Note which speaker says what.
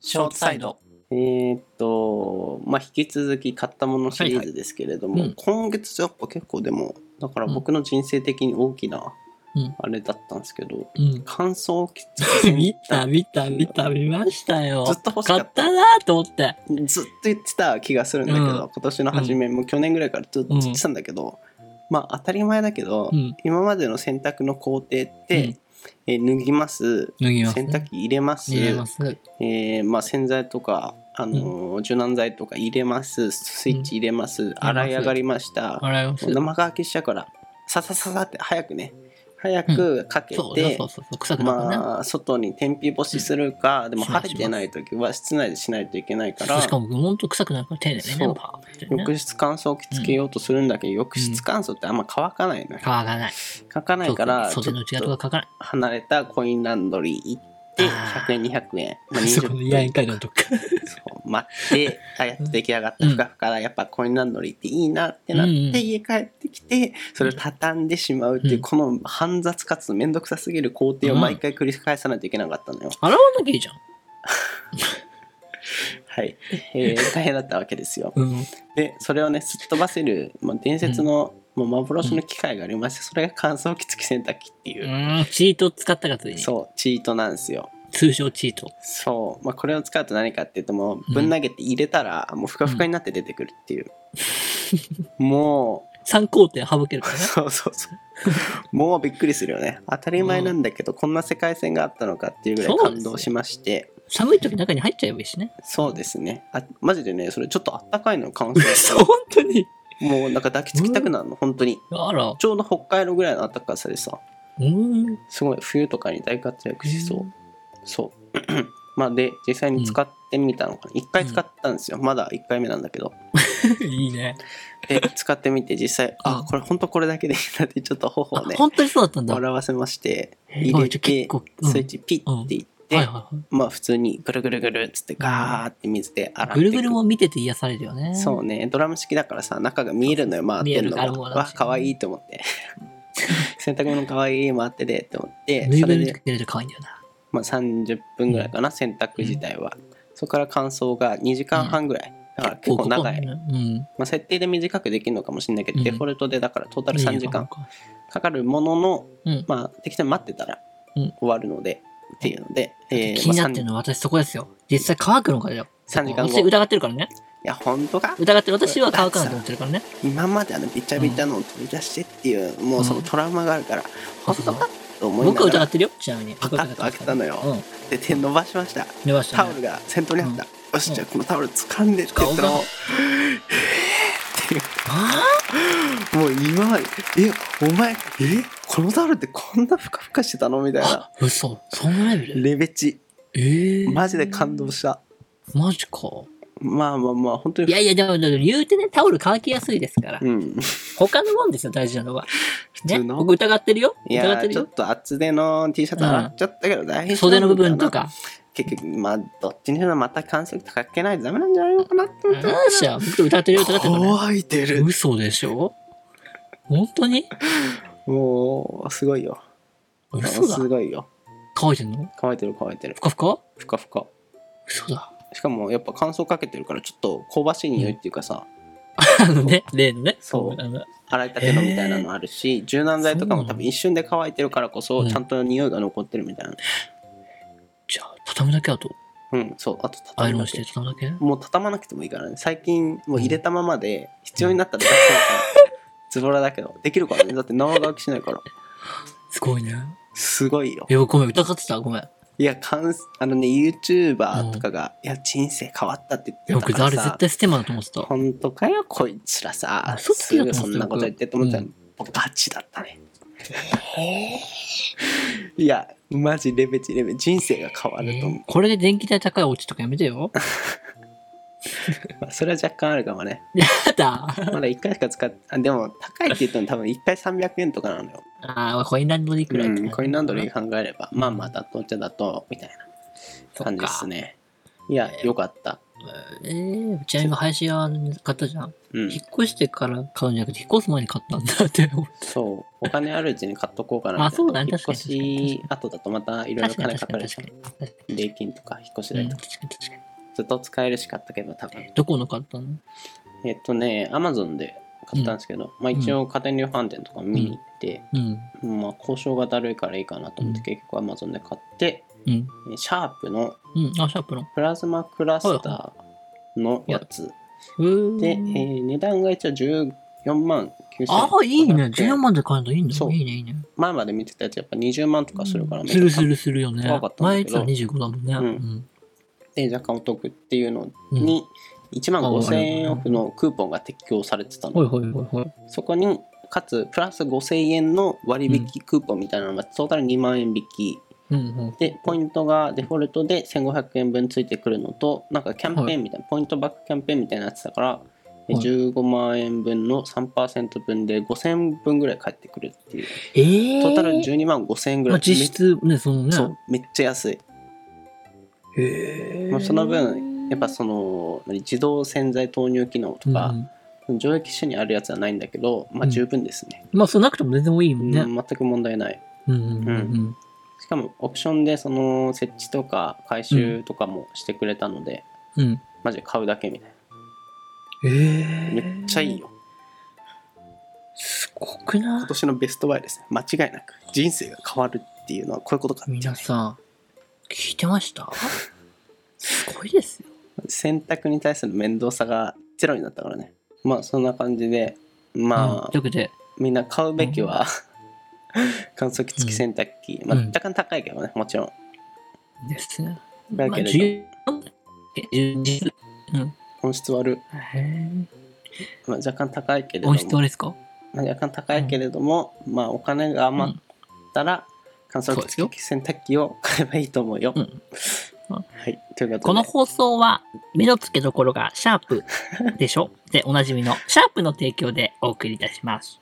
Speaker 1: ショートサイド。
Speaker 2: えーっと、まあ、引き続き買ったものシリーズですけれども、
Speaker 1: はいはいうん
Speaker 2: 今月やっぱ結構でも、だから僕の人生的に大きな
Speaker 1: うん
Speaker 2: あれだったんですけど、
Speaker 1: うん。
Speaker 2: 感想をきつ
Speaker 1: 見た、 見た、見た、見ましたよ。
Speaker 2: ずっと欲しか
Speaker 1: 買
Speaker 2: っ
Speaker 1: ったたなと思って。
Speaker 2: ずっと言ってた気がするんだけど、
Speaker 1: う
Speaker 2: 今
Speaker 1: ん
Speaker 2: 年の初め、もう去年ぐらいからずっと言ってたんだけど、まあ当たり前だけど、
Speaker 1: うん。
Speaker 2: 今までの洗濯の工程って、
Speaker 1: うん
Speaker 2: えー脱ぎます
Speaker 1: 脱ぎます、
Speaker 2: 洗
Speaker 1: ね。
Speaker 2: 濯機入れます
Speaker 1: 入れます。
Speaker 2: えーまあ、洗剤とか、あのー柔軟剤とか入れますスイッチ入れます、洗い上がりました
Speaker 1: 洗います。
Speaker 2: もう生乾きしちゃうからささささって早くね早くかけ
Speaker 1: そう
Speaker 2: て、
Speaker 1: そうそうそう。臭くなるからね。
Speaker 2: まあ外に天日干しするか、でも
Speaker 1: します
Speaker 2: 晴れてない時は室内でしないといけないから
Speaker 1: そうしかも、ほんと臭くなるから手でね、
Speaker 2: そう
Speaker 1: パーってね。
Speaker 2: 浴室乾燥機つけようとするんだけど、浴室乾燥ってあんま乾かないのよ、
Speaker 1: 乾かない。
Speaker 2: 乾かないからちょ
Speaker 1: 袖の
Speaker 2: っ
Speaker 1: 内側と
Speaker 2: と
Speaker 1: か乾かない。
Speaker 2: 離れたコインランドリー行って
Speaker 1: あ
Speaker 2: 100円200円、まあ、
Speaker 1: そ
Speaker 2: 20
Speaker 1: この
Speaker 2: 分
Speaker 1: 野宴会のとこか。
Speaker 2: そう待ってあやっと出来上がった
Speaker 1: うん
Speaker 2: ふかふかだやっぱコインランドリーっていいなってなって、
Speaker 1: うんうん
Speaker 2: 家帰ってきてそれを畳んでしまうっていう、
Speaker 1: うん
Speaker 2: この煩雑かつ面倒くさすぎる工程を毎回繰り返さないといけなかったのよ、
Speaker 1: 洗わなきゃいいじゃん。
Speaker 2: はい、えー大変だったわけです よ
Speaker 1: うん。
Speaker 2: でそれをねすっ飛ばせる、まあ、伝説の、もう幻の機械がありましてそれが乾燥機付き洗濯機っていう、
Speaker 1: うん、チート使ったかついに。
Speaker 2: そうチートなんですよ
Speaker 1: 通称チート。
Speaker 2: そう、まあ、これを使うと何かっていうとも
Speaker 1: う
Speaker 2: うんぶん投げて入れたらもうふかふかになって出てくるって いう、もう
Speaker 1: 3工程省けるから ね。
Speaker 2: そうそうそう。もうびっくりするよね。当たり前なんだけど、こんな世界線があったのかっていうぐらい感動しまして、
Speaker 1: 寒い時中に入っちゃえばい いしね。
Speaker 2: そうですね。あマジでね、それちょっとあったかいの感 想
Speaker 1: そう、本当に。
Speaker 2: もうなんか抱きつきたくなるの、本当に。
Speaker 1: あら。
Speaker 2: ちょうど北海道ぐらいのあったかさでさ、
Speaker 1: うん。
Speaker 2: すごい冬とかに大活躍しそう。そう。 まあで、実際に使ってみたのかな。一回使ったんですよ。まだ一回目なんだけど。
Speaker 1: いいね。
Speaker 2: で、使ってみて実際、
Speaker 1: う
Speaker 2: あ
Speaker 1: ん、
Speaker 2: これ本当これだけでいいなってちょっと
Speaker 1: あ
Speaker 2: 頬をね、
Speaker 1: 本当にそうだったんだ。
Speaker 2: 笑わせまして。
Speaker 1: え
Speaker 2: 入れ
Speaker 1: じゃあ
Speaker 2: て
Speaker 1: 結、構、うん
Speaker 2: スイッチピッていって、
Speaker 1: はいはいはい。
Speaker 2: まあ普通にぐるぐるぐるっつってガーって水で洗って
Speaker 1: ぐ
Speaker 2: いく
Speaker 1: るぐるも見てて癒されるよね。
Speaker 2: そうねドラム式だからさ中が見えるのよ回ってるの
Speaker 1: 見え
Speaker 2: が
Speaker 1: るからもう
Speaker 2: わかわいいと思って洗濯物かわいい回ってでって思って
Speaker 1: ぬい
Speaker 2: そ
Speaker 1: ぐ
Speaker 2: れ
Speaker 1: るみつ
Speaker 2: で、
Speaker 1: けると可愛いんだよな。
Speaker 2: まあ、30分ぐらいかな洗濯自体は、そこから乾燥が2時間半ぐらい、だから結構長い、
Speaker 1: ここうん。
Speaker 2: まあ、設定で短くできるのかもしれないけど、
Speaker 1: うん
Speaker 2: デフォルトでだからトータル3時間
Speaker 1: いいよ。
Speaker 2: かかるものの、
Speaker 1: うん
Speaker 2: まあ、適当に待ってたら
Speaker 1: うん
Speaker 2: 終わるので、っていうので、えー
Speaker 1: 気になってる
Speaker 2: まあ
Speaker 1: のは私そこですよ。実際乾くのかよ。
Speaker 2: 3時間
Speaker 1: 私
Speaker 2: 後
Speaker 1: 疑ってるからね。
Speaker 2: いや本当か
Speaker 1: 疑ってる私は乾かないと思ってるからね。
Speaker 2: 今まであのビチャビチャのを取り出してっていう、もうそのトラウマがあるから、
Speaker 1: うん
Speaker 2: 本当かと思いな
Speaker 1: 僕は
Speaker 2: が
Speaker 1: 疑
Speaker 2: ら
Speaker 1: ってるよ。ちなみに。
Speaker 2: パカッと開けたのよ
Speaker 1: うん。
Speaker 2: で手伸ばしました、
Speaker 1: 寝ました
Speaker 2: タ
Speaker 1: ね
Speaker 2: オルが先頭にあった、よし
Speaker 1: うん
Speaker 2: じゃあこのタオル掴んでって言ったら
Speaker 1: うん
Speaker 2: もう
Speaker 1: あ
Speaker 2: 「もう今までえお前えこのタオルってこんなふかふかしてたの?」みたいな
Speaker 1: あ嘘。そんなレベル
Speaker 2: レベチ
Speaker 1: ええ。
Speaker 2: マジで感動した、
Speaker 1: マジか。
Speaker 2: まあまあまあ本当
Speaker 1: い
Speaker 2: に
Speaker 1: やいや、でも、でも言うてね、タオル乾きやすいですから。
Speaker 2: うん
Speaker 1: 他のもんですよ、大事なのは。ね、
Speaker 2: 通の
Speaker 1: 僕疑ってるよ。
Speaker 2: い
Speaker 1: 疑っ
Speaker 2: や
Speaker 1: てる
Speaker 2: ちょ
Speaker 1: よ
Speaker 2: っ。と厚手の T シャツ洗っちゃったけど大丈夫かな
Speaker 1: 袖の部分とか。
Speaker 2: 結局まあどっちにしろまた乾燥機とかかけないとダメなんじゃないのかなって思って
Speaker 1: 何しゃ、僕疑ってるよ、疑ってるからね。
Speaker 2: 乾いてる
Speaker 1: 嘘でしょ本当に
Speaker 2: もうすごいよ
Speaker 1: 嘘
Speaker 2: す
Speaker 1: だ。
Speaker 2: ごいよ
Speaker 1: 乾いてんの
Speaker 2: 乾いてる乾いてる
Speaker 1: ふかふか
Speaker 2: ふかふか
Speaker 1: 嘘だ。
Speaker 2: しかもやっぱ乾燥かけてるからちょっと香ばしい匂いっていうかさ、
Speaker 1: あのね、例のね。
Speaker 2: そう
Speaker 1: あの
Speaker 2: 洗いたてのみたいなのあるし、柔軟剤とかも多分一瞬で乾いてるからこそ
Speaker 1: うん
Speaker 2: ちゃんと匂いが残ってるみたいな
Speaker 1: じゃあ、畳むだけだと。
Speaker 2: うん、そうあと
Speaker 1: ア
Speaker 2: 畳
Speaker 1: イロ
Speaker 2: む
Speaker 1: ン
Speaker 2: だ
Speaker 1: し
Speaker 2: け
Speaker 1: て畳むだけ
Speaker 2: もう畳まなくてもいいからね最近もう入れたままで必要になったら出す からズボラだけどできるからねだって生乾きしないから
Speaker 1: すごいね。
Speaker 2: すごいよ
Speaker 1: いや、ごめん、疑ってた。ごめん。
Speaker 2: いや、かんあのね、YouTuber とかが、いや、人生変わったって言ってた
Speaker 1: 僕、
Speaker 2: から
Speaker 1: あ
Speaker 2: さ。
Speaker 1: れ絶対ステマだと思ってた。
Speaker 2: 本当かよ、こいつらさ。
Speaker 1: 嘘つき
Speaker 2: す
Speaker 1: だと
Speaker 2: ぐ
Speaker 1: 思
Speaker 2: そ
Speaker 1: ってた
Speaker 2: んなこと言ってと思ったら、
Speaker 1: うん
Speaker 2: 僕ガチだったね。いや、マジレベチレベチ。人生が変わると思う。
Speaker 1: これで電気代高いお家とかやめてよ。
Speaker 2: まあ、それは若干あるかも ね。
Speaker 1: やだ。
Speaker 2: まだ1回しか使って、あでも、高いって言っても多分1回300円とかなのよ。
Speaker 1: ああ、コインランドリーくらい、
Speaker 2: うん、コインランドリー考えれば、まあまあ、妥当っちゃ妥当、みたいな感じですね。いや、よかった。
Speaker 1: えー、ちなみに林屋買ったじゃん。
Speaker 2: うん
Speaker 1: 引っ。越してから買うんじゃなくて、引っ越す前に買ったんだって思って。
Speaker 2: そう、お金あるうちに買っとこうかな
Speaker 1: あ
Speaker 2: みたいな
Speaker 1: そうだね
Speaker 2: 引っ越
Speaker 1: 確かに
Speaker 2: し後だとまたいろいろ
Speaker 1: 確か
Speaker 2: 金
Speaker 1: に
Speaker 2: かか
Speaker 1: 確かに
Speaker 2: る
Speaker 1: 確
Speaker 2: し
Speaker 1: かに。確かに
Speaker 2: 礼金とか引っ越し
Speaker 1: う
Speaker 2: 代
Speaker 1: ん
Speaker 2: とか、
Speaker 1: 確かに確かに。
Speaker 2: ずっと使えるし買ったけど、多分。
Speaker 1: どこの買ったの
Speaker 2: えっとね、アマゾンで買ったんですけど、まあ一応家電量販店とか見に行って、
Speaker 1: うん。
Speaker 2: まあ交渉がだるいからいいかなと思って、
Speaker 1: うん
Speaker 2: 結局アマゾンで買って、
Speaker 1: うん。
Speaker 2: えシャープの
Speaker 1: うん。あ、シャープの。
Speaker 2: プラズマクラスターのやつ
Speaker 1: うーん
Speaker 2: で、えー値段が一応14万9千
Speaker 1: ああ、いいね。14万で買えるのいいんだ
Speaker 2: そ
Speaker 1: よ。
Speaker 2: う
Speaker 1: いいね、いいね。
Speaker 2: 前まで見てたやつやっぱ20万とかするからめっち
Speaker 1: す
Speaker 2: ゃ
Speaker 1: るするするよね
Speaker 2: 高かっ。たんだ
Speaker 1: 前
Speaker 2: け
Speaker 1: いつ
Speaker 2: ど
Speaker 1: は25だもんね。
Speaker 2: う
Speaker 1: うんん。
Speaker 2: で若干お得っていうの
Speaker 1: うん
Speaker 2: に1万5000円
Speaker 1: あ
Speaker 2: オフのクーポンが適用されてた
Speaker 1: ほい
Speaker 2: の
Speaker 1: ほいほいほい。
Speaker 2: そこにかつプラス5000円の割引クーポンみたいなのがトータル2万円引き
Speaker 1: うんうん。
Speaker 2: でポイントがデフォルトで1500円分ついてくるのとなんかキャンペーンみたいな、ポイントバックキャンペーンみたいなやつだから、え
Speaker 1: はい
Speaker 2: 15万円分の3%分で5000円分ぐらい返ってくるっていう
Speaker 1: えー。
Speaker 2: トータル12万5000円ぐら
Speaker 1: ま
Speaker 2: い
Speaker 1: あ、実質ね、その
Speaker 2: め
Speaker 1: ね。
Speaker 2: そう。めっちゃ安い
Speaker 1: へえ。
Speaker 2: まあその分やっぱその何自動洗剤投入機能と
Speaker 1: う
Speaker 2: か、
Speaker 1: ん
Speaker 2: 上液種にあるやつはないんだけどま
Speaker 1: う
Speaker 2: あ
Speaker 1: ん
Speaker 2: 十分ですね、
Speaker 1: まあ、そうなくても全然いいもん
Speaker 2: う
Speaker 1: ね。
Speaker 2: ん全く問題ない
Speaker 1: うんうんうん
Speaker 2: しかもオプションでその設置とか回収とかもしてくれたので、
Speaker 1: うん。うん。
Speaker 2: マジで買うだけみたい
Speaker 1: え
Speaker 2: な
Speaker 1: ー。
Speaker 2: めっちゃいいよ。
Speaker 1: すごくな
Speaker 2: 今年のベストバイですね間違いなく人生が変わるっていうのはこういうことか
Speaker 1: い皆さん、聞いてましたすごいですよ。
Speaker 2: 選択に対する面倒さがゼロになったからねまあそんな感じで
Speaker 1: うん
Speaker 2: まあ
Speaker 1: ということで、
Speaker 2: みんな買うべき は乾燥機付き洗濯機、まあ、
Speaker 1: うん
Speaker 2: 若干高いけどねもちろん
Speaker 1: ですね。
Speaker 2: だけれど
Speaker 1: まあ、14実うん。
Speaker 2: 本質はある、
Speaker 1: へ
Speaker 2: まあ、若干高いけれ
Speaker 1: ー
Speaker 2: ども
Speaker 1: 音質はですか
Speaker 2: まあ、若干高いけれども、まあお金が余ったら乾燥機付き洗濯機を買えばいいと思うよ、
Speaker 1: うん
Speaker 2: はいということで
Speaker 1: この放送は、目の付けどころがシャープでしょで、おなじみのシャープの提供でお送りいたします。